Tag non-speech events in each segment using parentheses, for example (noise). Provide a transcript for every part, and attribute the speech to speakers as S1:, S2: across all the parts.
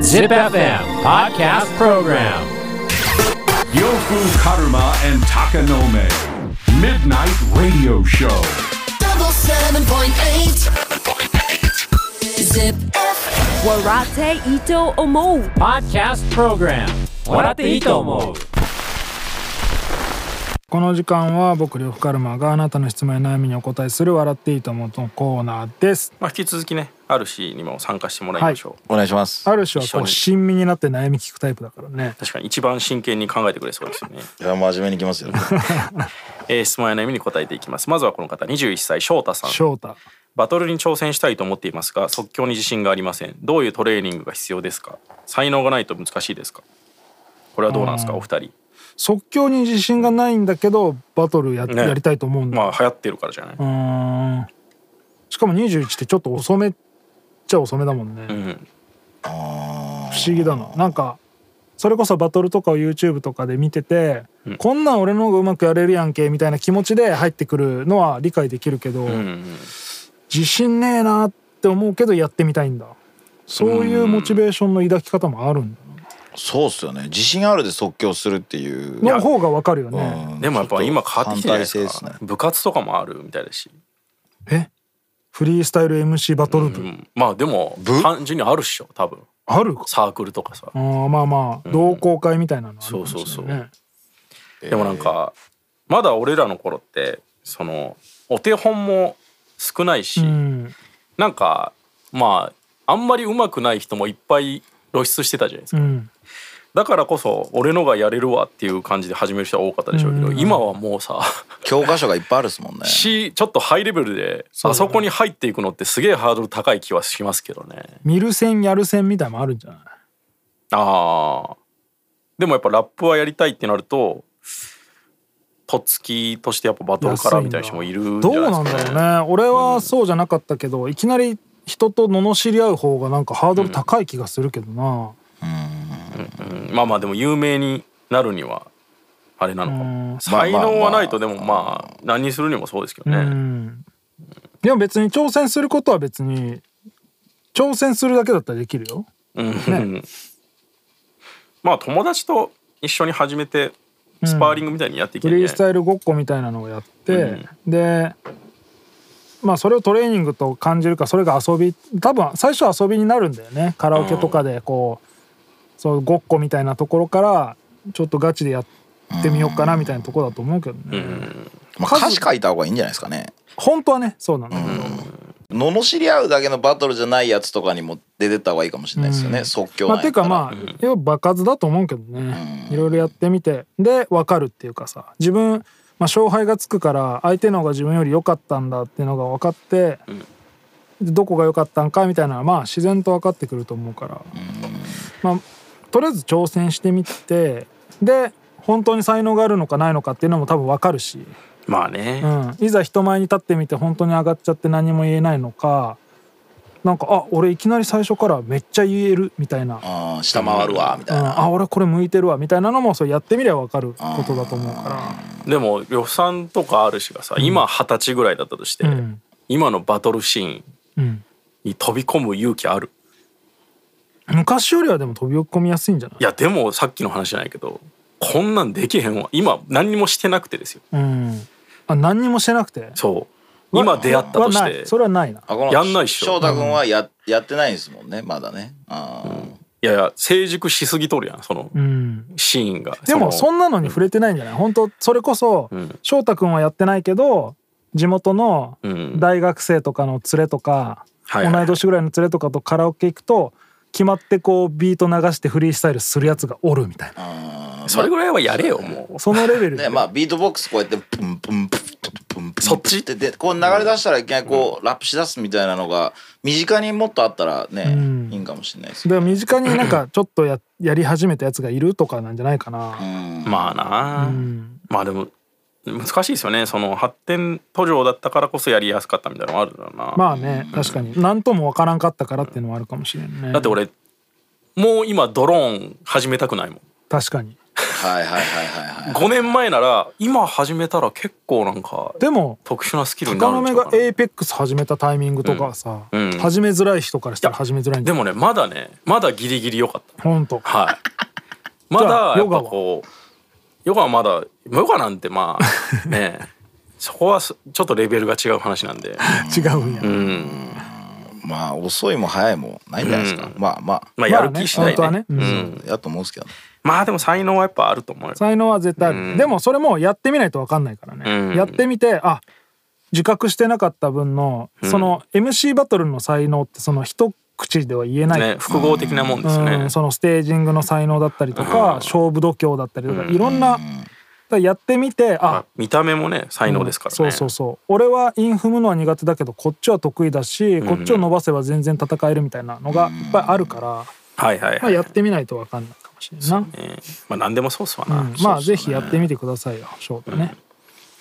S1: Zip FM Podcast Program
S2: Yofu Karuma and Takanome. Midnight Radio Show.
S3: double seven point eight. Zip.
S4: Warate Ito Omo.
S1: Podcast Program 笑っていいと思う
S5: この時間は僕呂布カルマがあなたの質問や悩みにお答えする笑っていいと思うのコーナーです
S6: まあ、引き続きね RC にも参加してもらいましょう、
S7: お願いします
S5: ある種はこ
S6: 一緒
S5: う
S6: に
S5: 親身になって悩み聞くタイプだからね
S6: 確かに一番真剣に考えてくれそうですよね、
S7: いや真面目にいきます (laughs) よ
S6: えー質問や悩みに答えていきますまずはこの方21歳翔太さん
S5: 翔太
S6: バトルに挑戦したいと思っていますが即興に自信がありませんどういうトレーニングが必要ですか才能がないと難しいですかこれはどうなんですかお二人
S5: 即興に自信がないんだけどバトルや,、
S6: ね
S5: やりたいと思うんだ、
S6: まあ流行ってるからじゃない、
S5: うーんしかも21ってちょっと遅めっちゃ遅めだもんね、
S6: うん、
S5: 不思議だななんかそれこそバトルとかを YouTube とかで見てて、こんなん俺の方がうまくやれるやんけみたいな気持ちで入ってくるのは理解できるけど、
S6: うんうん
S5: 自信ねえなって思うけどやってみたいんだそういうモチベーションの抱き方もあるんだ
S7: そうっすよね自信あるで即興するっていう
S5: の方がわかるよね
S7: うん
S6: でもやっぱ今変わってきてるじゃないですか
S7: 反対性ですね
S6: 部活とかもあるみたいだし、
S5: えフリースタイル MC バトル部、
S6: うん、まあでも単純にあるっしょ多分
S5: あるか
S6: サークルとかさ
S5: あーまあまあ同好会みたいなのあるかもしれない、ね
S6: そうそうそうでもなんかまだ俺らの頃ってそのお手本も少ないし、
S5: うん
S6: なんかまああんまり上手くない人もいっぱい露出してたじゃないです
S5: う
S6: か、
S5: ん
S6: だからこそ俺のがやれるわっていう感じで始める人は多かったでしょうけど、今はもうさ
S5: (laughs)
S7: 教科書がいっぱいあるっすもんね
S6: しちょっとハイレベルであそこに入っていくのってすげえハードル高い気はしますけどね
S5: 見る線やる線みたいのもあるんじゃない
S6: ああでもやっぱラップはやりたいってなるととっつきとしてやっぱバトルカラーみたいな人もいるんじ
S5: ど
S6: ゃな
S5: うないん
S6: で
S5: だ
S6: すかね
S5: ろうね俺はそうじゃなかったけど、いきなり人と罵り合う方がなんかハードル高い気がするけどな、
S6: うんまあまあでも有名になるにはあれなのか
S5: う
S6: も
S5: ん
S6: 才能
S7: まあまあ
S6: は
S7: まあ
S6: ないとでもまあ何にするにもそうですけど
S5: う
S6: ね
S5: んでも別に挑戦することは別に挑戦するだけだったらできるよ
S6: うんまあ友達と一緒に始めてスパーリングみたいにやっていけ
S5: フ
S6: る
S5: リ
S6: ね
S5: ースタイルごっこみたいなのをやって、でまあそれをトレーニングと感じるかそれが遊び多分最初は遊びになるんだよねカラオケとかでこう、そうごっこみたいなところからちょっとガチでやってみようかなみたいなところだと思うけどね、
S7: まあ、歌詞書いた方がいいんじゃないですかね
S5: 本当はねそうなんだけど、
S7: 罵り合うだけのバトルじゃないやつとかにも出てった方がいいかもしれないですよね、即興
S5: ま
S7: な
S5: あ、ていう
S7: んやっ
S5: か
S7: た
S5: らまあ、要は場数だと思うけどね、いろいろやってみてで分かるっていうかさ自分、まあ、勝敗がつくから相手の方が自分より良かったんだっていうのが分かって、でどこが良かったんかみたいなのはまあ自然と分かってくると思うから、まあ、とりあえず挑戦してみてで本当に才能があるのかないのかっていうのも多分分かるし、
S6: まあね
S5: うん、いざ人前に立ってみて本当に上がっちゃって何も言えないのかなんかあ俺いきなり最初からめっちゃ言えるみたいな。
S7: うん下回るわみたいな、
S5: うんあ俺これ向いてるわみたいなのもそうやってみりゃ分かることだと思うから
S6: でも呂布さんとかあるしがさ今二十歳ぐらいだったとして
S5: うん
S6: 今のバトルシーン
S5: うん
S6: に飛び込む勇気ある
S5: 昔よりはでも飛び込みやすいんじゃない
S6: いやでもさっきの話じゃないけどこんなんできへんわ今何にもしてなくてですよ
S5: うんあ何にもしてなくて
S6: そう今出会ったとし
S5: は
S6: て
S5: ないそれはないな
S7: あこの
S6: やんないっしょ
S7: 翔太君はややってないんですもんねまだねあー
S6: いやいや成熟しすぎとるやんその
S5: うん
S6: シーンが
S5: でもそ
S6: の
S5: んなのに触れてないんじゃない本当それこそ、
S6: ん
S5: 翔太くんはやってないけど地元の
S6: うん
S5: 大学生とかの連れとか、
S6: はいはい
S5: 同い年ぐらいの連れとかとカラオケ行くと決まってこうビート流してフリースタイルするやつがおるみたいな
S6: それぐらいはやれよもう
S5: そのレベルで
S7: ねまあビートボックスこうやってプンプンプンプンプンプン
S6: そっち
S7: ってでこう流れ出したらいきなりこうラップしだすみたいなのが身近にもっとあったらね、いいんかもしれないですよ
S5: で身近になんかちょっとややり始めたやつがいるとかなんじゃないかな。
S6: まあなあ、まあでも難しいですよねその発展途上だったからこそやりやすかったみたいなのもあるだろうな、
S5: まあね確かに何ともわからんかったからっていうのはあるかもしれんね。
S6: だって俺もう今ドローン始めたくないもん
S5: 確かに
S7: はいはいはいはいはい
S6: 5年前なら今始めたら結構なんか
S5: でも
S6: 特殊なスキルにな
S5: 高野
S6: るんちゃ
S5: 目
S6: う
S5: が
S6: かな
S5: APEX 始めたタイミングとかさ、
S6: うんうん
S5: 始めづらい人からしたら
S6: いや
S5: 始めづらいん
S6: で
S5: だよ
S6: もねまだねまだギリギリ良かった
S5: ほんと
S6: はいまだやっぱ
S5: ヨガは
S6: こうヨガはまだヨガなんて
S5: (laughs)
S6: まあねそこはすちょっとレベルが違う話なんで
S5: 違うんや、
S6: うん
S7: まあ遅いも早いもないんじゃないですか、まあまあ
S6: まあやる気しないね,、
S5: まあね本当はね
S6: うん
S7: やと思うんですけどね
S6: まあでも才能はやっぱあると思うよ
S5: 才能は絶対ある、
S6: うん
S5: でもそれもやってみないと分かんないからね、
S6: うん
S5: やってみてあ自覚してなかった分の、その MC バトルの才能ってその一口では言えない、
S6: ね複合的なもんですよね、
S5: うん、そのステージングの才能だったりとか、勝負度胸だったりとか、いろんなだからやってみてあ、
S6: まあ見た目もね才能ですからね、
S5: そうそうそう俺はイン踏むのは苦手だけどこっちは得意だしこっちを伸ばせば全然戦えるみたいなのがいっぱいあるから、
S6: はいはい
S5: ま
S6: は
S5: あ、
S6: い、
S5: やってみないと分かんないかもしれんな、
S6: えーまあ何でもそうっすわな、
S5: うん、まあぜひやってみてくださいよ翔太ね、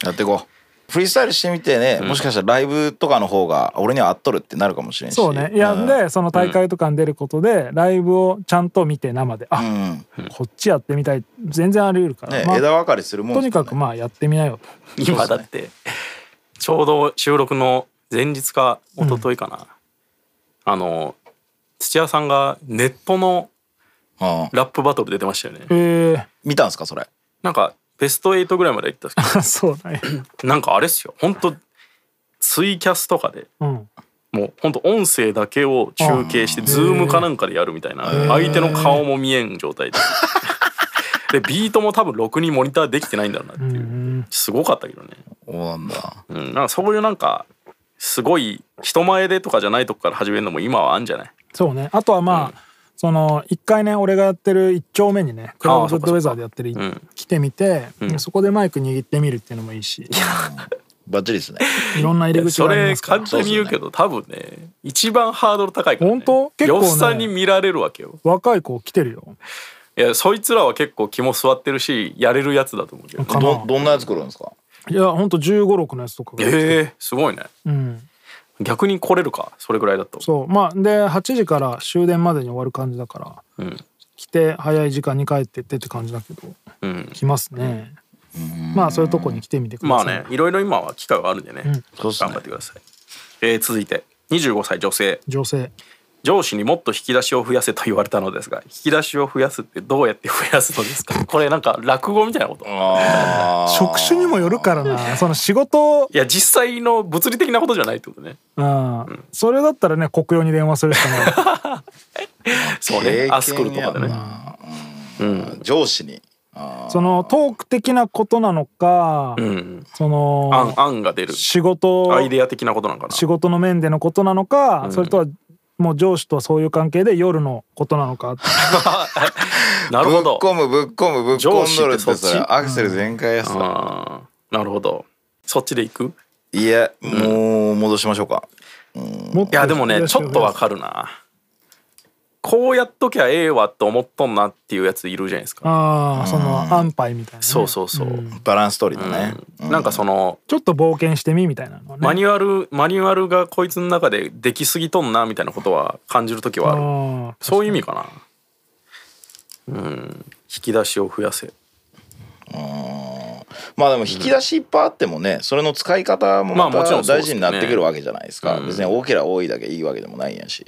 S7: やっていこうフリースタイルしてみてね、もしかしたらライブとかの方が俺には合っとるってなるかもしれんし
S5: そうねいや
S7: うん
S5: んでその大会とかに出ることでライブをちゃんと見て生であ、
S7: うん
S5: こっちやってみたい全然あり得るから、
S7: ね、
S5: まあ
S7: 枝分かれするもん
S5: と
S7: です
S5: に
S7: ね
S5: かくまあやってみなよ
S6: 今だって、ちょうど収録の前日か一昨日かな、あの土屋さんがネットの
S7: うん
S6: ラップバトル出てましたよね
S5: とええ
S7: 見たんですかそれ
S6: なんかベスト8ぐらいまで行ったんです
S5: ー、 (laughs) そうだね
S6: けど
S5: (laughs)
S6: なんかあれっすよほんとツイキャスとかで
S5: うん
S6: もうほんと音声だけを中継してズームかなんかでやるみたいな相手の顔も見えん状
S5: (laughs)
S6: 態ででビートも多分ろくにモニターできてないんだろうなっていう、すごかったけどね
S7: そうなんだ
S6: うん、なんかそういうなんかすごい人前でとかじゃないとこから始めるのも今はあんじゃない
S5: そうねあとはまあ、その一回ね俺がやってる一丁目にねクラブグッドウェザーでやってる、
S6: うん
S5: 来てみて、
S6: ん
S5: そこでマイク握ってみるっていうのもいいし
S7: バッチリですね
S5: いろんな入り口
S6: そ
S5: がありま
S6: れ
S5: すか
S6: 簡
S5: ら
S6: 単に言うけど多分ね一番ハードル高いから、ね、
S5: 本当結構ね
S6: 呂布さんに見られるわけよ
S5: 若い子来てるよ
S6: いやそいつらは結構肝座ってるしやれるやつだと思うけど、ね、
S5: かな
S7: どどんなやつ来るんですか
S5: いやほんと1 5 6のやつとかが、
S6: えー、すごいね
S5: うん
S6: 逆に来れるかそれぐらいだと
S5: そうまあで8時から終電までに終わる感じだから、
S6: うん
S5: 来て早い時間に帰ってってって感じだけど
S6: うん
S5: 来ますね、まあそういうとこに来てみてくだ
S6: まあ
S5: さい、
S6: ねいろいろ今は機会があるんでね,、
S7: そうっすね
S6: 頑張ってください、えー続いて25歳女性
S5: 女性
S6: 上司にもっと引き出しを増やせと言われたのですが引き出しを増やすってどうやって増やすのです
S7: (laughs)
S6: かこれなんか落語みたいなことい
S7: あー
S5: 職種にもよるからなその仕事、
S6: や実際の物理的なことじゃないってことね
S5: うんそれだったらね国用に電話するしかない
S6: (laughs) そう
S7: 経験
S6: ね
S7: やな
S6: アスクルとかでね
S7: 上司に
S5: そのトーク的なことなのか、
S6: うん
S5: その
S6: 案案が出る
S5: 仕事
S6: アイデア的なことなんかな
S5: 仕事の面でのことなのか、それとはもう上司とはそういう関係で夜のことなのか
S6: なる
S7: ぶっ
S6: ほど
S7: 込むぶっ込むぶっ
S6: 上
S7: 込ん
S6: 司っ
S7: どる
S6: て
S7: っ
S6: そ
S7: て
S6: っち
S7: それアクセル全開やつだ
S6: あーなるほどそっちでいく
S7: いやもう戻しましょうか
S5: もっと
S6: いやでも
S5: (laughs)
S6: ねちょっとわ
S5: か
S6: かるなこうやっときゃええわって思っとんなっていうやついるじゃないですか
S5: ああその安牌みたいなね、
S6: そうそうそう、
S7: バランス取りだね
S6: なんかその
S5: ちょっと冒険してみみたいなのはね
S6: マニュアルマニュアルがこいつの中でできすぎとんなみたいなことは感じる時はある
S5: あー
S6: そういう意味かなうん引き出しを増やせ
S7: まあでも引き出しいっぱいあってもねそれの使い方も
S6: まあ
S7: また
S6: もちろんそうっ
S7: 大
S6: す
S7: 事
S6: ね
S7: になってくるわけじゃないですか別に多ければ多いだけいいわけでもないんやし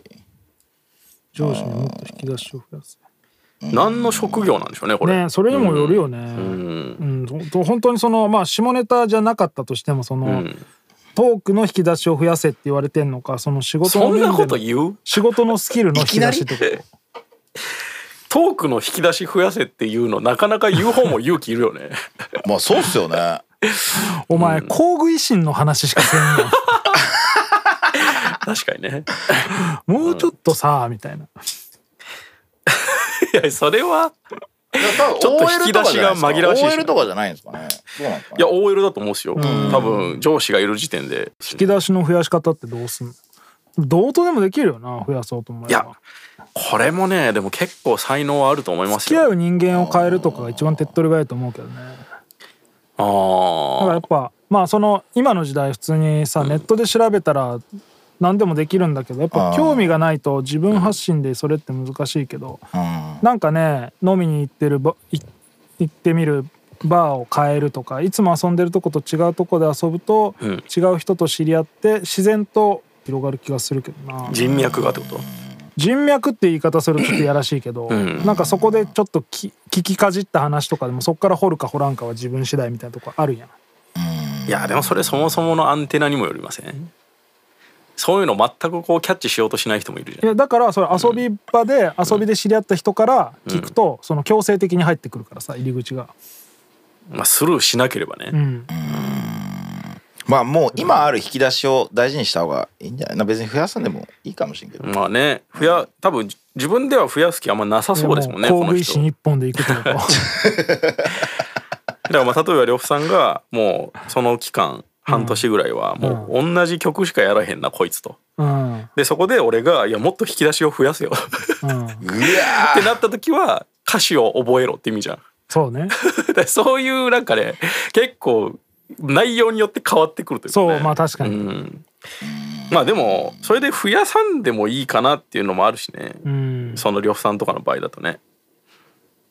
S5: 上司にもっと引き出しを増やす
S6: 何の職業なんでしょうねこれ
S5: ねそれにもよるよね、
S6: うん
S5: うんほんと本当にそのまあ下ネタじゃなかったとしてもその、
S6: うん
S5: トークの引き出しを増やせって言われてんのかその仕事の
S6: そん
S5: 面で
S6: な
S5: の
S6: こと言う
S5: 仕事のスキルの引き出しってこと
S6: (laughs) トークの引き出し増やせっていうのなかなか言う方も勇気いるよ
S5: (laughs)
S6: ね
S7: まあそうっすよね
S5: お前工具維新の話しかせんの
S6: (laughs) 確かにね
S5: もうちょっとさ、みたいな。
S6: いやそれは
S7: ち
S6: (laughs) ちょっと引き出しが紛らわしいし
S7: OL とかじゃないんですかねどうなんですかね
S6: いや OL だと思うんですよ多分上司がいる時点で
S5: 引き出しの増やし方ってどうすんのどうとでもできるよな、増やそうと思
S6: い
S5: え
S6: や
S5: ば。
S6: これもねでも結構才能はあると思いま
S5: 付
S6: す
S5: き合
S6: よ
S5: う人間を変えるとかが一番手っ取り早いと思うけどね。
S6: あ
S5: だからや
S6: ー
S5: っぱ、まあその今の時代普通にさ、ネットで調べたら何でもできるんだけど、やっぱ興味がないと自分発信でそれって難しいけど、なんかね、飲みに行ってるば、い行ってみるバーを変えるとかいつも遊んでるとこと違うとこで遊ぶと、
S6: うん
S5: 違う人と知り合って自然と広がる気がするけどな
S6: 人脈がってこと
S5: 人脈って言い方するとちょっとやらしいけど、
S6: ん
S5: なんかそこでちょっとき聞きかじった話とかでもそこから掘るか掘らんかは自分次第みたいなとこあるやん。
S6: いやでもそれそもそものアンテナにもよりませんそういうの全くこうキャッチしようとしない人もいるじ
S5: い
S6: ゃん
S5: やだからそれ遊び場で遊びで知り合った人から聞くと、その強制的に入ってくるからさ入り口が。
S6: まあスルーしなければ
S5: う
S6: ね
S5: ん、
S7: まあもう今ある引き出しを大事にした方がいいんじゃないな別に増やさんでもいいかもしれんけど、
S6: まあね増や多分自分では増やす気あんまなさそうですもんね
S5: いや
S6: こ
S5: う
S6: の
S5: 工具
S6: 人
S5: 心一本で行くと
S6: (laughs)
S5: か
S6: だからまあ例えば呂布さんがもうその期間半年ぐらいはもう同じ曲しかやらへんなこいつと。
S5: うん
S6: でそこで俺が「いやもっと引き出しを増やせよ」 (laughs) っ
S5: うん
S7: うわ
S6: (laughs) てなった時は歌詞を覚えろって意味じゃん。 (laughs)
S5: そうね
S6: だからそういうなんかね結構内容によって変わってくるというか、ね、
S5: そうまあ確かに
S6: うんまあでもそれで増やさんでもいいかなっていうのもあるしね、 (laughs)
S5: うん
S6: その呂布さんとかの場合だとね。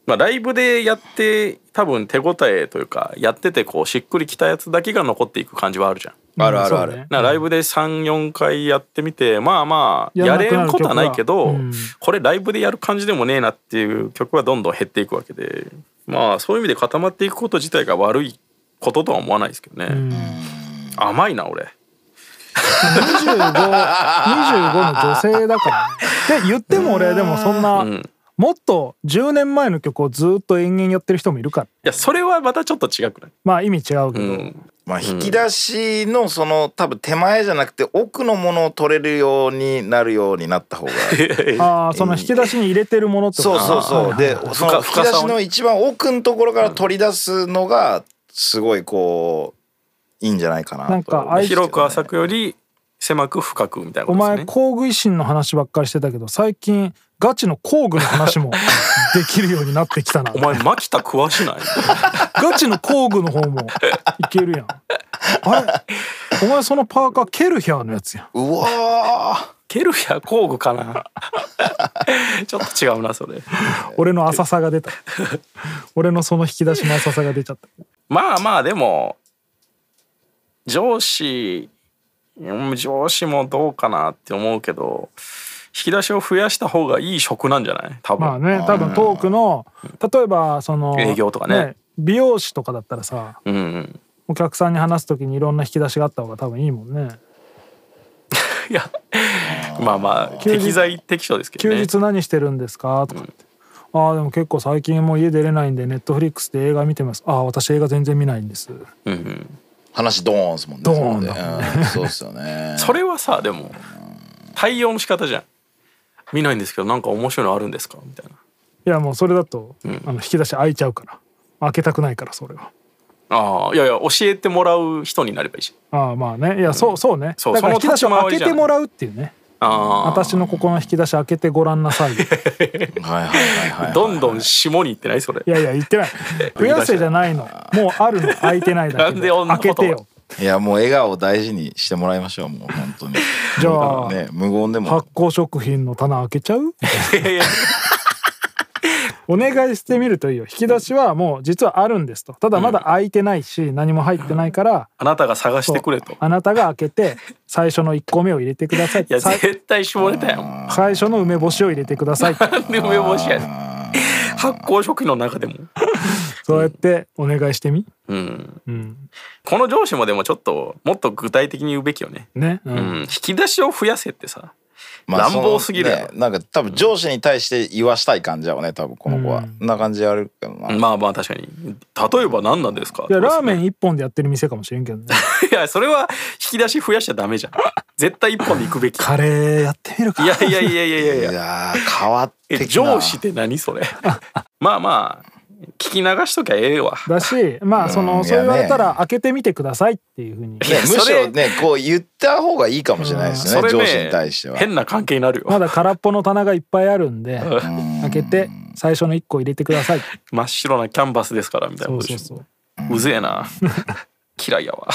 S6: まあ、ライブでやって多分手応えというかやっててこうしっくりきたやつだけが残っていく感じはあるじゃん。
S7: あるあるある
S5: そうね
S6: なライブで34回やってみてまあまあ
S5: やら
S6: や
S5: なくなる
S6: れんことはないけ
S5: 曲
S6: ど、
S5: はうん
S6: これライブでやる感じでもねえなっていう曲はどんどん減っていくわけでまあそういう意味で固まっていくこと自体が悪いこととは思わないですけどね、甘いな俺
S5: 2525の女性だからねで言っても俺でもそんな、
S6: ん
S5: もっと10年前の曲をずっと延々やってる人もいるから
S6: いやそれはまたちょっと違くない、
S5: まあ意味違うけ
S6: う
S5: ど、
S6: ん、
S7: まあ引き出しのその多分手前じゃなくて奥のものを取れるようになるようになった方
S6: (laughs)
S7: が
S5: ああその引き出しに入れてるものってこと
S7: (laughs) そう
S5: か
S7: そうそうでその引き出しの一番奥のところから取り出すのがすごいこういいんじゃないかなと
S5: なんかあい
S6: 広く浅くより狭く深くみたいなこ
S5: お
S6: とです
S5: 前
S6: ね
S5: 工具維新の話ばっかりしてたけど最近ガチの工具の話
S6: (laughs)
S5: もできるようになってきたな
S6: お前牧田詳しない
S5: ガチの工具の方もいけるやんあれお前そのパーカーケルヒャーのやつやん
S7: うわ
S6: (laughs) ケルヒャ工具かな (laughs) ちょっと違うなそれ
S5: 俺の浅さが出た俺のその引き出しの浅さが出ちゃった
S6: まあまあでも上司うん上司もどうかなって思うけど引き出しを増やした方がいい職なんじゃない多分、
S5: まあね多分トークの例えばその
S6: 営業とかね
S5: 美容師とかだったらさ
S6: うんうん
S5: お客さんに話す時にいろんな引き出しがあった方が多分いいもんね
S6: いやまあまあ
S5: 休日
S6: 適材適所ですけど
S5: 休
S6: ね
S5: 日何してるんですかとかって、ああでも結構最近もう家出れないんでネットフリックスで映画見てますああ私映画全然見ないんです
S6: うんうん、
S7: ー話ドーンですもんね
S5: ドーンだ
S7: だそうですよね
S6: それはさでも対応の仕方じゃん見ないんですけどなんか面白いのあるんですかみたいない
S5: やもうそれだと、あの引き出し開いちゃうから開けたくないからそれは
S6: ああいやいや教えてもらう人になればいいし
S5: ああまあねいやそうそうね、
S6: そう
S5: だから引
S6: そ
S5: き
S6: の
S5: 出
S6: 立
S5: し
S6: ち
S5: を
S6: 回
S5: 開
S6: り
S5: けてもらうっていうね
S6: あ
S5: 私のここの引き出し開けてごらんなさいい
S6: (laughs)
S7: はいはいはいはい
S6: あ (laughs) どんどん下に行ってないそれ
S5: やいや言ってない増やせじゃないのもうあるの開いてないだけで
S6: なんで
S5: 開
S6: 女の
S5: け
S6: こと
S5: てよ
S7: いやもう笑顔を大事にしてもらいましょうもう本当に
S5: じゃあ、
S7: ね無言でも
S5: 発酵食品の棚開けちゃう
S6: いやいや
S5: お願いしてみるといいよ引き出しはもう実はあるんですとただまだ開いてないし何も入ってないから、
S6: あなたが探してくれと
S5: あなたが開けて最初の1個目を入れてください
S6: いや
S5: さ
S6: 絶対絞れたやん
S5: 最初の梅干しを入れてください
S6: なんで梅干しやねん発酵食品の中でも、
S5: そうやってお願いしてみ
S6: うん、
S5: うん
S6: この上司もでもちょっともっと具体的に言うべきよね、
S5: ね、うん
S6: うん、引き出しを増やせってさ
S7: まあ
S6: 乱暴すぎるやろ
S7: そのねなんか多分上司に対して言わしたい感じやわね多分この子は、ん、な感じやるけどな、
S6: まあまあ確かに例えば何なんですか
S5: いやラーメ
S6: ン
S5: ン1本でやってる店かもしれんけどね
S6: いやそれは引き出し増やしちゃダメじゃん絶対一本で行
S5: (laughs)
S6: くべきい
S5: カレーやってみるか
S6: やいやいやいやいやい
S7: い
S6: や
S7: やー変わって
S6: え
S7: きな
S6: 上司って何それ (laughs) まあまあ聞き流しときゃええわ
S5: だしまあその、
S7: うん
S5: そう言われた
S7: いや
S5: ら開けてみてくださいっていうふうに
S7: ね、むし
S6: そ
S7: ろ
S6: れ
S7: ねこう言った方がいいかもしれないです
S6: そ
S7: ね
S6: れ
S7: 上司に
S6: ね
S7: 対しては。
S6: 変な関係になるよ、
S5: まだ空っぽの棚がいっぱいあるんで開けて最初の1個入れてください
S6: 真っ白なキャンバスですからみたいな
S5: そうそ
S6: ことで
S5: う
S6: し
S5: そ
S6: ょ
S5: う
S6: うぜえな (laughs) 嫌いやわ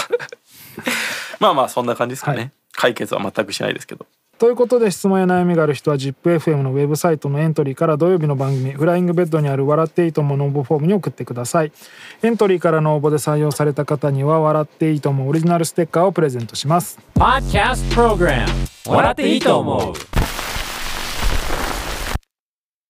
S6: (laughs) まあまあそんな感じですかね、
S5: はい
S6: 解決は全くしないですけど
S5: ということで質問や悩みがある人は ZIPFM のウェブサイトのエントリーから土曜日の番組「フライングベッド」にある「笑っていいとも」の応募フォームに送ってくださいエントリーからの応募で採用された方には「笑っていいとも」オリジナルステッカーをプレゼントします
S1: Podcast Program 笑っていいと思う